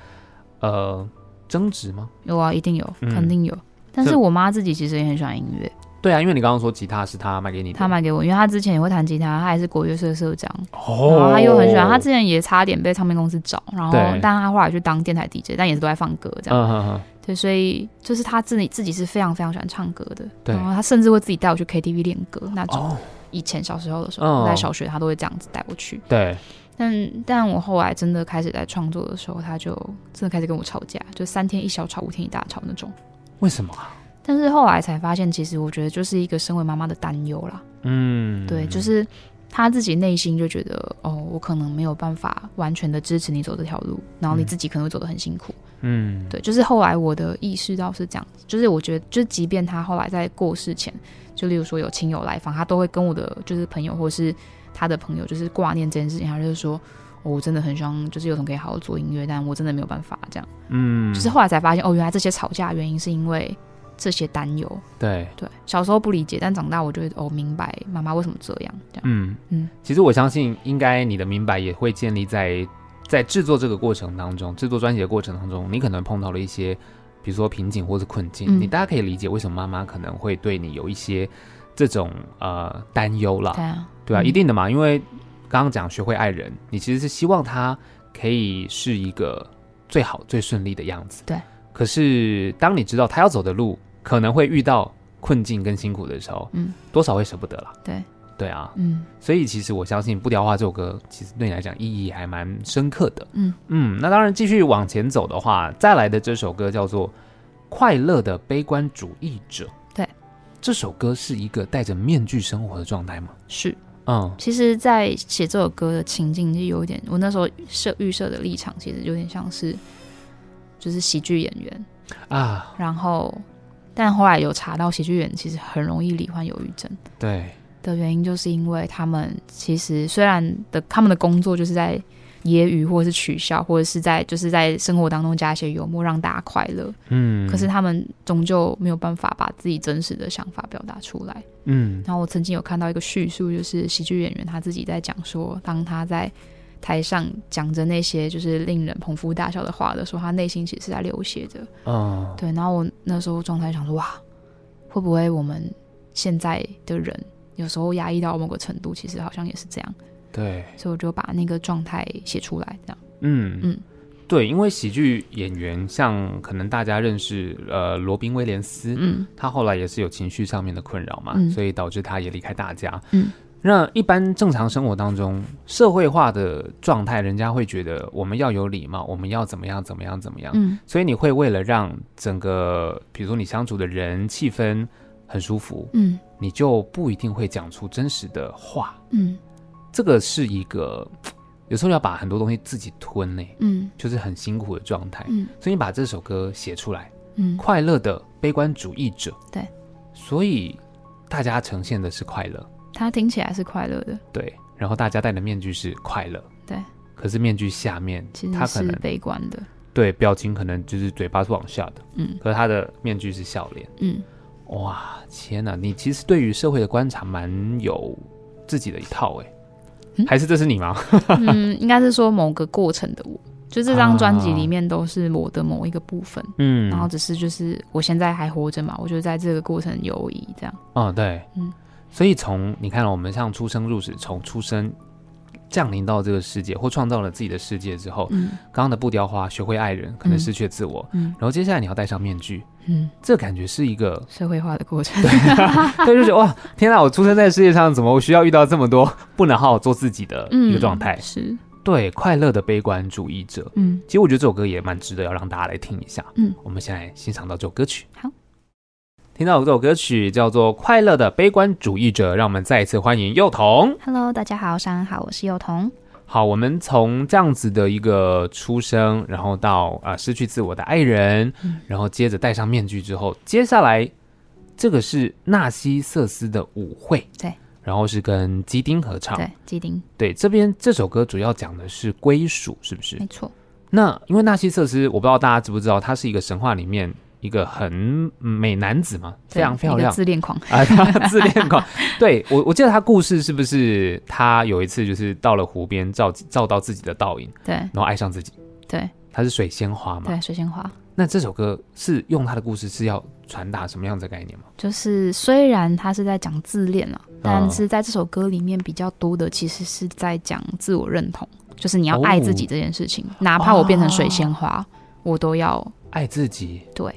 A: 呃争执吗？
B: 有啊，一定有，
A: 嗯
B: 肯定有。但是
A: 这
B: 我妈自己其实也很喜欢音乐，
A: 对啊，因为你刚刚说吉他是她买给你的，
B: 她买给我，因为她之前也会弹吉他，她也是国乐社社长，然
A: 哦
B: 后他又很喜欢，他之前也差点被唱片公司找，然后
A: 对
B: 但他后来去当电台 DJ，但也是都在放歌这
A: 嗯
B: 样。
A: 嗯嗯，
B: 对，所以就是他自己自己是非常非常喜欢唱歌的，
A: 对
B: 然后他甚至会自己带我去 KTV 练歌那种。
A: 哦，
B: 以前小时候的时
A: 哦
B: 候，在小学他都会这样子带我去，
A: 对，
B: 但但我后来真的开始在创作的时候，他就真的开始跟我吵架，就三天一小吵，五天一大吵那种。
A: 为什么啊？
B: 但是后来才发现，其实我觉得就是一个身为妈妈的担忧啦。
A: 嗯，
B: 对，就是他自己内心就觉得，哦，我可能没有办法完全的支持你走这条路，然后你
A: 嗯
B: 自己可能会走得很辛苦。
A: 嗯，
B: 对，就是后来我的意识到是这样，就是我觉得，就是即便他后来在过世前，就例如说有亲友来访，他都会跟我的就是朋友或是他的朋友就是挂念这件事情，他就是说。哦我真的很希望，就是有种可以好好做音乐，但我真的没有办法这样。
A: 嗯，
B: 就是后来才发现，哦，原来这些吵架的原因是因为这些担忧。
A: 对，
B: 对，小时候不理解，但长大我就会哦明白妈妈为什么这样这样。
A: 嗯嗯
B: 嗯，
A: 其实我相信，应该你的明白也会建立在在制作这个过程当中，制作专辑的过程当中，你可能碰到了一些，比如说瓶颈或是困境，
B: 嗯
A: 你大家可以理解为什么妈妈可能会对你有一些这种呃担忧啦，
B: 对啊，
A: 对啊，
B: 嗯
A: 一定的嘛，因为刚刚讲学会爱人，你其实是希望他可以是一个最好最顺利的样子。
B: 对。
A: 可是当你知道他要走的路可能会遇到困境跟辛苦的时候，
B: 嗯，
A: 多少会舍不得啦。
B: 对，
A: 对啊，
B: 嗯
A: 所以其实我相信《不雕花》这首歌，其实对你来讲意义还蛮深刻的。
B: 嗯
A: 嗯，那当然继续往前走的话，再来的这首歌叫做《快乐的悲观主义者》。
B: 对，
A: 这首歌是一个戴着面具生活的状态吗？
B: 是。
A: 嗯，
B: 其实，在写这首歌的情境就有一点，我那时候设预设的立场，其实有点像是就是喜剧演员，
A: 啊，
B: 然后但后来有查到喜剧演员其实很容易罹患忧郁症
A: 对，
B: 的原因，就是因为他们其实虽然的他们的工作就是在揶揄或者是取笑，或者是在就是在生活当中加一些幽默让大家快乐，
A: 嗯，
B: 可是，他们终究没有办法把自己真实的想法表达出来。
A: 嗯，
B: 然后我曾经有看到一个叙述，就是喜剧演员他自己在讲说，当他在台上讲着那些就是令人捧腹大笑的话的时候，他内心其实是在流血的。
A: 哦，
B: 对，然后我那时候状态想说，哇，会不会我们现在的人有时候压抑到某个程度，其实好像也是这样，
A: 对，
B: 所以我就把那个状态写出来，这样。
A: 嗯嗯
B: 嗯，
A: 对，因为喜剧演员像可能大家认识呃罗宾威廉斯，
B: 嗯
A: 他后来也是有情绪上面的困扰嘛，
B: 嗯
A: 所以导致他也离开大家。
B: 嗯，
A: 那一般正常生活当中，社会化的状态，人家会觉得我们要有礼貌，我们要怎么样怎么样怎么样。
B: 嗯
A: 所以你会为了让整个，比如说你相处的人气氛很舒服，
B: 嗯
A: 你就不一定会讲出真实的话。
B: 嗯
A: 这个是一个有时候要把很多东西自己吞呢、
B: 嗯
A: 就是很辛苦的状态。
B: 嗯
A: 所以你把这首歌写出来，
B: 嗯，
A: 快乐的悲观主义者。
B: 对，
A: 所以大家呈现的是快乐，
B: 他听起来是快乐的，
A: 对，然后大家戴的面具是快乐，
B: 对。
A: 可是面具下面
B: 其，
A: 他
B: 实
A: 可
B: 是
A: 能
B: 悲观的。
A: 对表情可能就是嘴巴是往下的，
B: 嗯
A: 可是他的面具是笑脸。
B: 嗯，
A: 哇，天哪！你其实对于社会的观察蛮有自己的一套哎、
B: 嗯
A: 还是这是你吗？
B: 嗯，应该是说某个过程的我，就这张专辑里面都是我的某一个部分，
A: 嗯，
B: 然后只是就是我现在还活着嘛，我就在这个过程游移这样。
A: 哦，对，
B: 嗯，
A: 所以从你看了哦我们像出生入死，从出生降临到这个世界，或创造了自己的世界之后，
B: 嗯
A: 刚刚的不雕花，学会爱人，可能
B: 嗯
A: 失去了自我，
B: 嗯
A: 然后接下来你要戴上面具，
B: 嗯，
A: 这感觉是一个，
B: 社会化的过程。
A: 对，就觉得哇，天哪，我出生在世界上，怎么我需要遇到这么多不能好好做自己的一个状态？
B: 嗯、是，
A: 对，快乐的悲观主义者。
B: 嗯
A: 其实我觉得这首歌也蛮值得要让大家来听一下。
B: 嗯，
A: 我们先来欣赏到这首歌曲。
B: 好，
A: 听到这首歌曲叫做《快乐的悲观主义者》，让我们再一次欢迎幼童。
B: ，Hello，大家好，上午好，我是幼童。
A: 好，我们从这样子的一个出生，然后到啊、呃失去自我的爱人，
B: 嗯
A: 然后接着戴上面具之后，接下来这个是纳西瑟斯的舞会，
B: 对，
A: 然后是跟基丁合唱，
B: 对，基丁，
A: 对，这边这首歌主要讲的是归属，是不是？
B: 没错。
A: 那因为纳西瑟斯，我不知道大家知不知道，他是一个神话里面一个很美男子嘛，非常
B: 对
A: 漂
B: 一个
A: 亮
B: 自恋狂。
A: 啊，他自恋 狂。对我，我记得他故事是不是他有一次就是到了湖边照照到自己的倒影，
B: 对
A: 然后爱上自己，
B: 对
A: 他是水仙花嘛？
B: 对，水仙花。
A: 那这首歌是用他的故事是要传达什么样子的概念吗？
B: 就是虽然他是在讲自恋啊，
A: 嗯
B: 但是在这首歌里面比较多的其实是在讲自我认同，就是你要爱自己这件事情，哪怕我变成水仙花，我都要
A: 爱自己，
B: 对。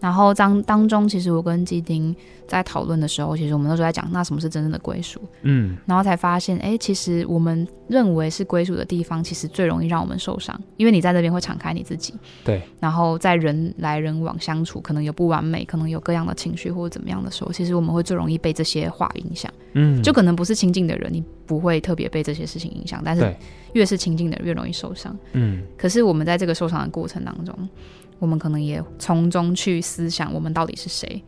B: 然后当当中，其实我跟基丁在讨论的时候，其实我们那时候在讲，那什么是真正的归属？
A: 嗯，
B: 然后才发现，哎，其实我们认为是归属的地方，其实最容易让我们受伤，因为你在那边会敞开你自己，
A: 对，
B: 然后在人来人往相处，可能有不完美，可能有各样的情绪或者怎么样的时候，其实我们会最容易被这些话影响。
A: 嗯，
B: 就可能不是亲近的人，你不会特别被这些事情影响，但是
A: 对
B: 越是亲近的人越容易受伤。
A: 嗯
B: 可是我们在这个受伤的过程当中，我们可能也从中去思想我们到底是谁。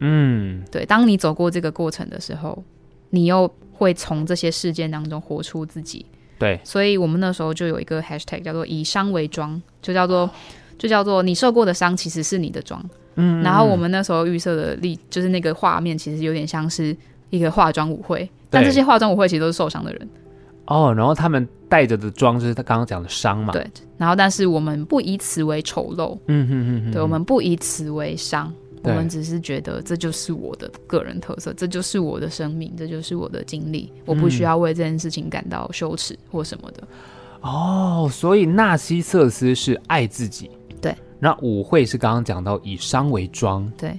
A: 嗯，
B: 对，当你走过这个过程的时候，你又会从这些事件当中活出自己。
A: 对，
B: 所以我们那时候就有一个 hashtag 叫做“以伤为妆”，就叫做就叫做你受过的伤其实是你的妆。
A: 嗯，
B: 然后我们那时候预设的例就是那个画面，其实有点像是一个化妆舞会，但
A: 对
B: 这些化妆舞会其实都是受伤的人。
A: 哦，然后他们带着的妆就是他刚刚讲的伤嘛，
B: 对然后，但是我们不以此为丑陋，
A: 嗯嗯嗯，
B: 对，我们不以此为伤，我
A: 对
B: 们只是觉得这就是我的个人特色，这就是我的生命，这就是我的经历，
A: 嗯
B: 我不需要为这件事情感到羞耻或什么的。
A: 哦，所以纳西瑟斯是爱自己，
B: 对，
A: 那舞会是刚刚讲到以伤为妆，
B: 对，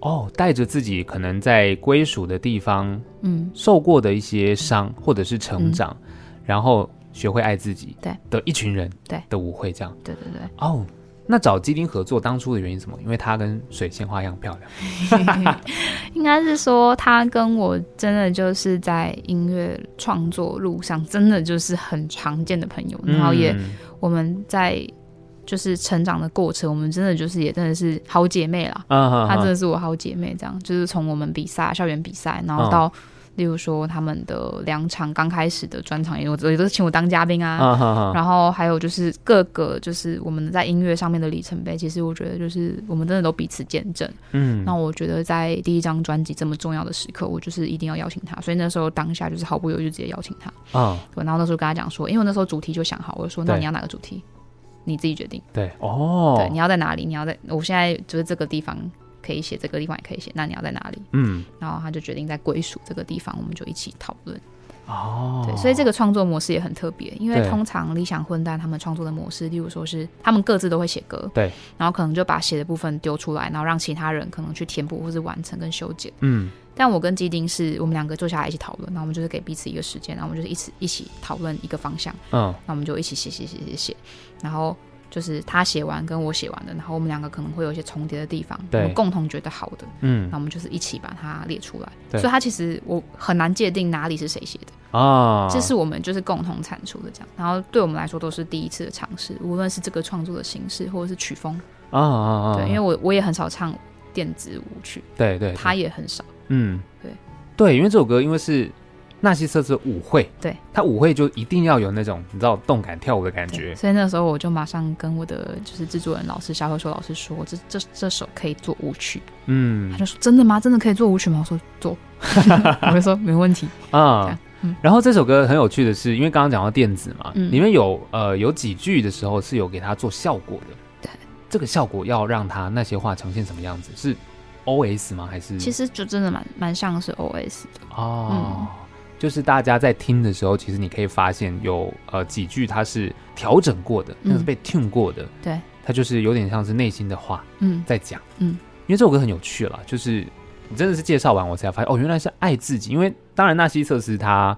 A: 哦，带着自己可能在归属的地方
B: 嗯，
A: 受过的一些伤或者是成长，然后学会爱自己，
B: 对
A: 的一群人，
B: 对
A: 的舞会这样，
B: 对对对，
A: 哦。那找基丁合作当初的原因是什么？因为他跟水仙花一样漂亮。
B: 应该是说他跟我真的就是在音乐创作路上真的就是很常见的朋友，然后也
A: 嗯
B: 我们在就是成长的过程，我们真的就是也真的是好姐妹啦。
A: 啊，
B: 她真的是我好姐妹，这样就是从我们比赛、校园比赛，然
A: 嗯
B: 后到、例如说他们的两场刚开始的专场也，我也都是请我当嘉宾啊。
A: 啊哈哈，
B: 然后还有就是各个就是我们在音乐上面的里程碑，其实我觉得就是我们真的都彼此见证。
A: 嗯
B: 那我觉得在第一张专辑这么重要的时刻，我就是一定要邀请他，所以那时候当下就是毫不犹豫就直接邀请他。
A: 啊，
B: 对然后那时候跟他讲说，因为我那时候主题就想好，我就说那
A: 对
B: 你要哪个主题，你自己决定。
A: 对，哦，
B: 对，你要在哪里？你要在，我现在就是这个地方可以写，这个地方也可以写。那你要在哪里？
A: 嗯，
B: 然后他就决定在归属这个地方，我们就一起讨论。
A: 哦，
B: 对，所以这个创作模式也很特别，因为
A: 对
B: 通常理想混蛋他们创作的模式，例如说是他们各自都会写歌，
A: 对，
B: 然后可能就把写的部分丢出来，然后让其他人可能去填补或是完成跟修剪。
A: 嗯，
B: 但我跟基丁是我们两个坐下来一起讨论，然后我们就是给彼此一个时间，然后我们就是一起一起讨论一个方向。
A: 嗯，
B: 那我们就一起写写写写写，然后就是他写完跟我写完的，然后我们两个可能会有一些重叠的地方，我
A: 对
B: 们共同觉得好的，
A: 嗯
B: 那，我们就是一起把它列出来。
A: 对
B: 所以他其实我很难界定哪里是谁写的，
A: 啊，
B: 这是我们就是共同产出的这样。然后对我们来说都是第一次的尝试，无论是这个创作的形式或者是曲风，
A: 啊啊啊，
B: 对，因为我我也很少唱电子舞曲，
A: 对对，
B: 他也很少，
A: 嗯，
B: 对
A: 对，因为这首歌因为是纳西瑟斯的舞会，
B: 对，
A: 他舞会就一定要有那种你知道动感跳舞的感
B: 对
A: 觉，
B: 所以那时候我就马上跟我的就是制作人老师肖慧说老师说，这这这首可以做舞曲。
A: 嗯
B: 他 就说：“真的吗？真的可以做舞曲吗？”我说：“做。” 我就说：“没问题。这
A: 啊
B: 样。嗯
A: 然后这首歌很有趣的是，因为刚刚讲到电子嘛，
B: 嗯
A: 里面有呃有几句的时候是有给他做效果的。
B: 对，
A: 这个效果要让他那些话呈现什么样子？是 O S 吗？还是”
B: 其实就真的蛮蛮像是 OS 的，
A: 哦，就是大家在听的时候，其实你可以发现有呃几句它是调整过的，那是
B: 嗯
A: 被 tune 过的，
B: 对，
A: 它就是有点像是内心的话
B: 嗯，
A: 在讲。
B: 嗯
A: 因为这首歌很有趣了，就是你真的是介绍完我才发现，哦，原来是爱自己。因为当然纳西瑟斯他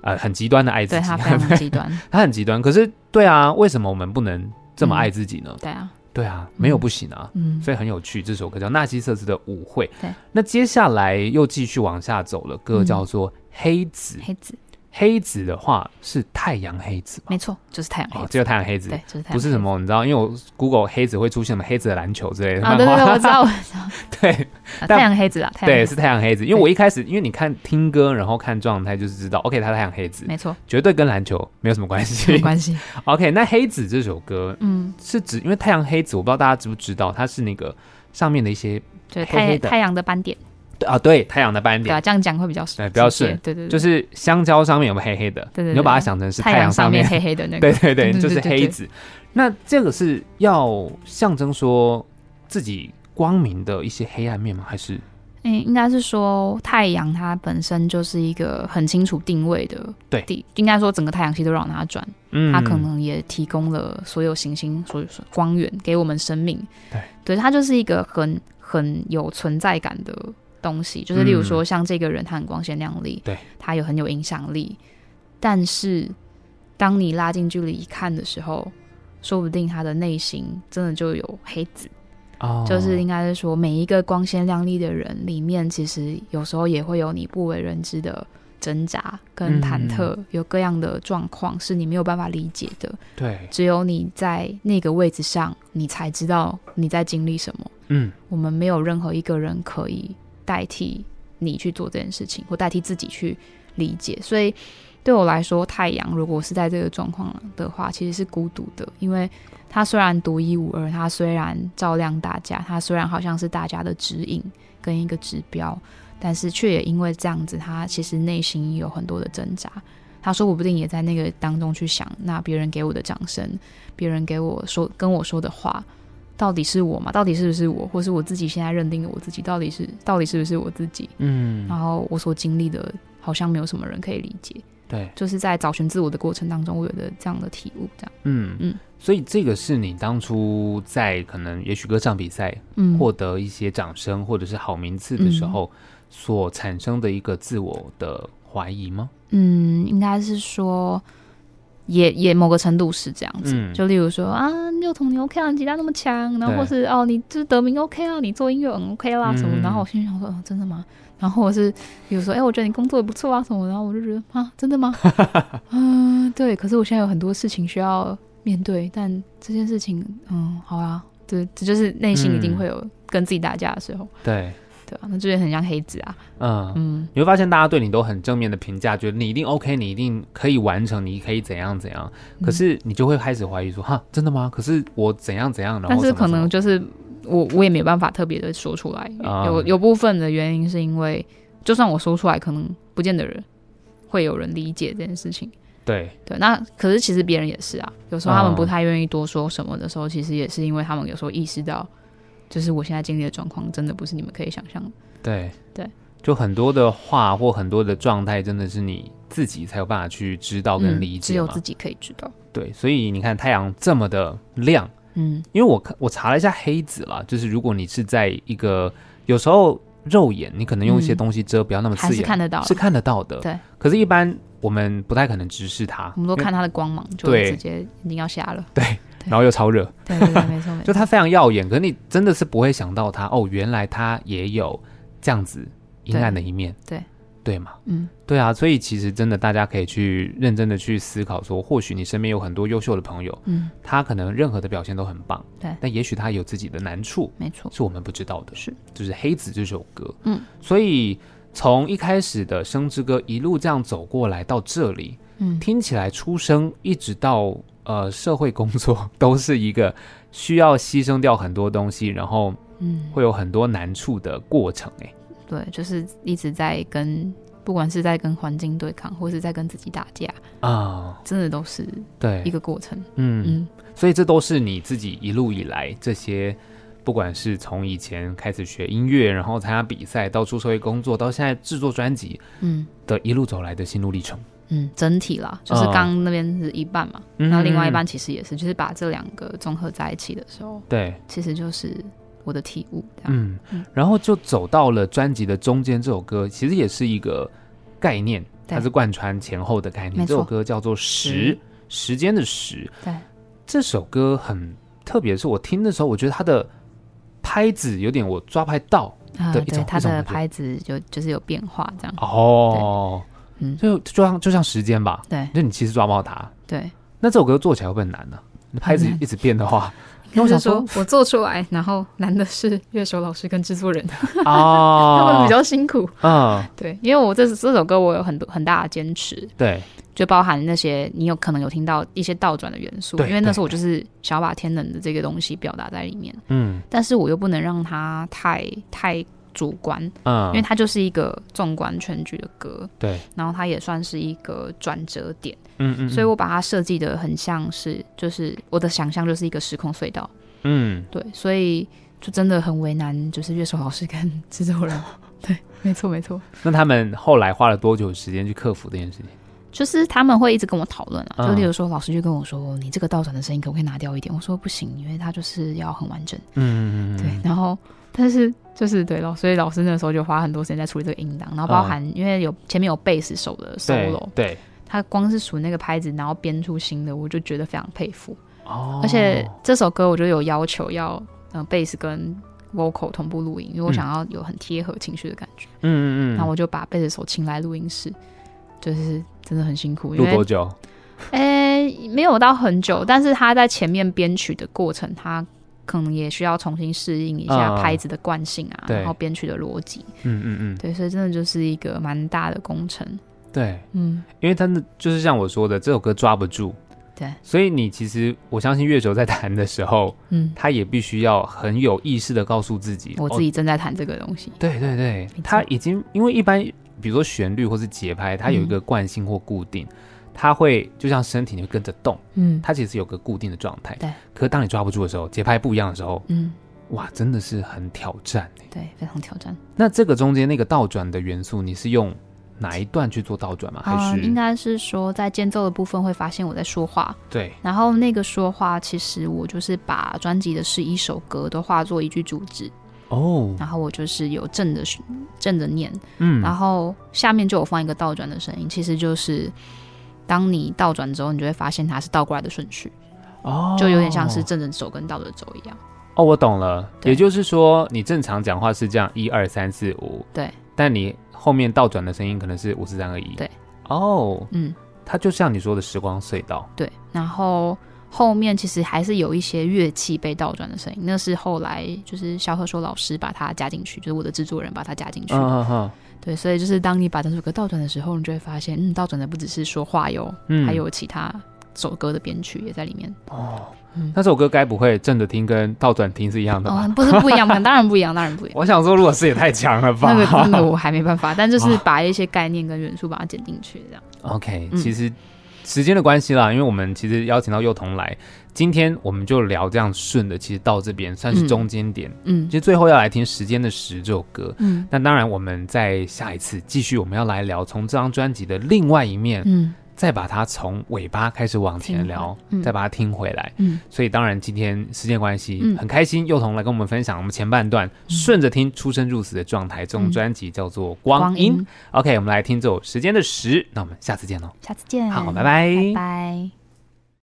A: 呃很极端的爱自
B: 对
A: 己，
B: 他非常极端，
A: 他很极端。可是对啊，为什么我们不能这么爱自己呢？
B: 对啊，
A: 对啊，没有不行啊。
B: 嗯，
A: 所以很有趣，这首歌叫《纳西瑟斯的舞会》。
B: 对，
A: 那接下来又继续往下走了，歌
B: 嗯
A: 叫做《黑子》。
B: 黑子
A: 黑子的话是太阳黑子吧？
B: 没错，就是太阳黑
A: 哦，
B: 子，
A: 只有太阳黑子，
B: 对，就是太阳，
A: 不是什。么你知道？因为我 Google 黑子会出现什么黑子的篮球之类的
B: 啊，
A: 漫
B: 对对
A: 画
B: 对，我知道，我
A: 对
B: 啊太阳黑子啦，太 阳
A: 对
B: 黑
A: 是
B: 子，
A: 太阳黑子。因为我一开始因为你看听歌，然后看状态，就是知道 OK，他太阳黑子，
B: 没错，
A: 绝对跟篮球没有什么关
B: 没
A: 系。
B: 关系，
A: OK，那黑子这首歌
B: 嗯，
A: 是指，因为太阳黑子，我不知道大家知不知道，它是那个上面的一些
B: 就是
A: 黑黑
B: 太
A: 的
B: 太阳的斑点，
A: 对啊，对太阳的斑
B: 对啊，
A: 点，
B: 这样讲会比较顺
A: 对，比较
B: 直接
A: 顺
B: 对对对，
A: 就是是香蕉上面有没有黑黑的，
B: 对对对
A: 你就把它想成是
B: 太
A: 阳
B: 上
A: 面，
B: 黑黑的那个，
A: 对对对，
B: 对对
A: 就是
B: 对对
A: 黑子。那这个是要象征说自己光明的一些黑暗面吗？还是
B: 嗯，应该是说太阳它本身就是一个很清楚定位的
A: 对
B: 地，应该说整个太阳系都绕着它转，
A: 嗯
B: 它可能也提供了所有行星、所有光源给我们生命。
A: 对，
B: 对，它就是一个很很有存在感的东西。就是例如说，像这个人，他很光鲜亮丽，
A: 嗯对，
B: 他有很有影响力，但是当你拉近距离一看的时候，说不定他的内心真的就有黑子。
A: 哦
B: 就是应该是说，每一个光鲜亮丽的人里面，其实有时候也会有你不为人知的挣扎跟忐忑，
A: 嗯
B: 有各样的状况是你没有办法理解的。
A: 对，
B: 只有你在那个位置上，你才知道你在经历什么。
A: 嗯
B: 我们没有任何一个人可以代替你去做这件事情，或代替自己去理解。所以对我来说，太阳如果是在这个状况的话，其实是孤独的，因为它虽然独一无二，它虽然照亮大家，它虽然好像是大家的指引跟一个指标，但是却也因为这样子，他其实内心有很多的挣扎。他说不定也在那个当中去想，那别人给我的掌声，别人给我说跟我说的话，到底是我吗？到底是不是我，或是我自己现在认定的我自己，到底是到底是不是我自己？
A: 嗯，
B: 然后我所经历的，好像没有什么人可以理解。
A: 对，
B: 就是在找寻自我的过程当中，我有的这样的体悟，这样，
A: 嗯嗯
B: 嗯，
A: 所以这个是你当初在可能也许歌唱比赛
B: 嗯，
A: 获得一些掌声或者是好名次的时候所产生的一个自我的怀疑吗？
B: 嗯，应该是说，也也某个程度是这样子。
A: 嗯，
B: 就例如说啊，幼童你 OK 啊，你吉他那么强，然后
A: 对
B: 或是哦，你就是得名 OK 啊，你做音乐很 OK 啦什么，
A: 嗯
B: 然后我心里想说，哦，真的吗？然后我是比如说，哎、我觉得你工作也不错啊什么，然后我就觉得啊，真的吗？嗯、对，可是我现在有很多事情需要面对，但这件事情，嗯，好啊，对，这就是内心一
A: 嗯
B: 定会有跟自己打架的时候，
A: 对，
B: 对啊，那就是很像黑子啊，
A: 嗯。
B: 嗯，
A: 你会发现，大家对你都很正面的评价，觉得你一定 OK，你一定可以完成，你可以怎样怎样。
B: 嗯
A: 可是你就会开始怀疑说，哈，真的吗？可是我怎样怎样，然后
B: 但是
A: 什么
B: 可
A: 什么
B: 能就是我我也没办法特别的说出来，
A: 啊
B: 有有部分的原因是因为，就算我说出来，可能不见得人会有人理解这件事情。
A: 对，
B: 对，那可是其实别人也是啊，有时候他
A: 啊
B: 们不太愿意多说什么的时候，其实也是因为他们有时候意识到，就是我现在经历的状况真的不是你们可以想象的。
A: 对
B: 对，
A: 就很多的话或很多的状态，真的是你自己才有办法去知道跟
B: 嗯
A: 理解
B: 只有
A: 嘛。
B: 自己可以知道。
A: 对，所以你看太阳这么的亮，
B: 嗯
A: 因为我看我查了一下黑子啦，就是如果你是在一个有时候肉眼你可能用一些
B: 嗯
A: 东西遮，不要那么
B: 还
A: 刺
B: 是
A: 眼，
B: 看得到啦
A: 是看得到的。
B: 对，
A: 可是，一般我们不太可能直视它，
B: 我们都看它的光芒，就
A: 对
B: 直接眼睛要瞎 了。
A: 因为，然后又超热，
B: 对对对，没错没
A: 就
B: 错。
A: 它非常耀眼，可是你真的是不会想到它哦，原来它也有这样子阴暗的一面，
B: 对
A: 对嘛？
B: 嗯
A: 对啊，所以其实真的大家可以去认真的去思考说，或许你身边有很多优秀的朋友，
B: 嗯，
A: 他可能任何的表现都很棒，
B: 对
A: 但也许他有自己的难处，
B: 没错。
A: 是我们不知道的。
B: 是，
A: 就是《黑子》这首歌，
B: 嗯，
A: 所以从一开始的《生之歌》一路这样走过来到这里，
B: 嗯
A: 听起来出生一直到呃社会工作都是一个需要牺牲掉很多东西，然后
B: 嗯。
A: 会有很多难处的过程、欸。
B: 对，就是一直在跟，不管是在跟环境对抗，或是在跟自己打架，
A: 哎，啊，
B: 真的都是
A: 对
B: 一，个过程。
A: 嗯
B: 嗯，
A: 所以这都是你自己一路以来这些，不管是从以前开始学音乐，然后参加比赛，到出社会工作，到现在制作专辑
B: 嗯
A: 的一路走来的心路历程。
B: 嗯，整体啦，就是
A: 啊
B: 刚刚那边是一半嘛，
A: 嗯
B: 然后另外一半其实也是，就是把这两个综合在一起的时候，
A: 嗯对，
B: 其实就是我的体悟。这样，
A: 嗯
B: 嗯，
A: 然后就走到了专辑的中间，这首歌其实也是一个概念，
B: 对
A: 它是贯穿前后的概念。
B: 没
A: 这
B: 错
A: 首歌叫做《时》，时间的时。
B: 对，
A: 这首歌很特别，是我听的时候，我觉得它的拍子有点我抓不太到。
B: 啊、
A: 对一
B: 对，
A: 种
B: 它
A: 一种
B: 的
A: 感觉
B: 拍子就就是有变化，这样。
A: 哦，
B: 嗯对嗯
A: 就就像就像时间吧，
B: 对
A: 就你其实抓不到它。
B: 对，
A: 那这首歌做起来会不会很难呢、你拍子
B: 很难
A: 一直变的 话，因为我
B: 就
A: 想
B: 是说我做出来，然后难的是乐手老师跟制作人， 他们
A: 啊
B: 比，较辛苦。
A: 嗯，
B: 对，因为我这这首歌我有很多很大的坚持，
A: 对，
B: 就包含那些你有可能有听到一些倒转的元素，
A: 对
B: 因为那时候我就是想要把天能的这个东西表达在里面，
A: 嗯
B: 但是我又不能让它太太主观，因为
A: 嗯，
B: 它就是一个纵观全局的歌，
A: 对，
B: 然后它也算是一个转折点，
A: 嗯嗯，
B: 所以我把它设计的很像是，就是我的想象就是一个时空隧道，
A: 嗯
B: 对，所以就真的很为难，就是乐手老师跟制作人。 对，没错没错，
A: 那他们后来花了多久时间去克服这件事情？
B: 就是他们会一直跟我讨论啊，就
A: 嗯
B: 例如说老师就跟我说，你这个倒转的声音可不可以拿掉一点？我说不行，因为它就是要很完整。
A: 嗯，
B: 对，然后但是就是对老，所以老师那时候就花很多时间在处理这个音档，然后包含、因为有前面有贝斯手的 solo，
A: 嗯对对
B: 他光是数那个拍子，然后编出新的，我就觉得非常佩服。
A: 哦，
B: 而且这首歌我就有要求要嗯贝斯跟 vocal 同步录音，因为我
A: 嗯
B: 想要有很贴合情绪的感觉。
A: 嗯嗯嗯，
B: 然后我就把贝斯手请来录音室，就是真的很辛苦，因
A: 录
B: 为
A: 多久？
B: 诶、没有到很久，但是他在前面编曲的过程，他可能也需要重新适应一下
A: 嗯
B: 拍子的惯性啊，
A: 对
B: 然后编曲的逻辑，
A: 嗯嗯嗯，
B: 对，所以真的就是一个蛮大的工程。
A: 对，
B: 嗯，
A: 因为他的就是像我说的，这首歌抓不住。
B: 对，
A: 所以你其实我相信乐手在弹的时候，
B: 嗯，
A: 他也必须要很有意识的告诉自己，哦
B: 我自己正在谈这个东西，
A: 对对对
B: 没，错
A: 它已经因为一般比如说旋律或是节拍，它有一个惯性或固定，它会就像身体你会跟着动，
B: 嗯
A: 它其实有个固定的状态。
B: 对。
A: 可当你抓不住的时候，节拍不一样的时候，
B: 嗯，
A: 哇，真的是很挑战欸
B: 对，非常挑战。
A: 那这个中间那个倒转的元素，你是用哪一段去做倒转吗？啊还是、
B: 嗯，应该是说在间奏的部分会发现我在说话，
A: 对
B: 然后那个说话其实我就是把专辑的十一首歌都化作一句主旨，
A: 哦，
B: 然后我就是有正着正着念，
A: 嗯
B: 然后下面就有放一个倒转的声音，其实就是当你倒转之后，你就会发现它是倒过来的顺序，
A: 哦，
B: 就有点像是正着走跟倒着走一样。
A: 哦，我懂了，
B: 对
A: 也就是说你正常讲话是这样一二三四五，
B: 对，
A: 但你后面倒转的声音可能是五四三二一，
B: 对，
A: 哦，
B: 嗯，
A: 它就像你说的时光隧道，
B: 对。然后后面其实还是有一些乐器被倒转的声音，那是后来就是萧贺说老师把它加进去，就是我的制作人把它加进去。
A: 嗯嗯
B: 对，所以就是当你把整首歌倒转的时候，你就会发现，嗯，倒转的不只是说话哟，
A: 嗯
B: 还有其他首歌的编曲也在里面。
A: 嗯，那首歌该不会正着听跟倒转听是一样的吧？
B: 哦，不是不一样，不一样当然不一样，当然不一样。
A: 我想说，如果是也太强了吧
B: 那个真的我还没办法，但就是把一些概念跟元素把它剪进去，这样。
A: OK，
B: 嗯
A: 其实时间的关系啦，因为我们其实邀请到幼童来，今天我们就聊这样顺的，其实到这边算是中间点，
B: 嗯
A: 其实最后要来听《时间的十》这首歌。
B: 嗯
A: 那当然，我们在下一次继续，我们要来聊从这张专辑的另外一面，
B: 嗯
A: 再把它从尾巴开始往前聊，
B: 听回嗯
A: 再把它听回来。
B: 嗯，
A: 所以当然今天时间关系，
B: 嗯
A: 很开心幼童来跟我们分享我们前半段顺着听出生入死的状态，这
B: 嗯
A: 种专辑叫做《光阴》。，OK，我们来听这首《时间的十》，那我们下次见喽。哦
B: 下次见，
A: 好，拜拜。
B: 拜拜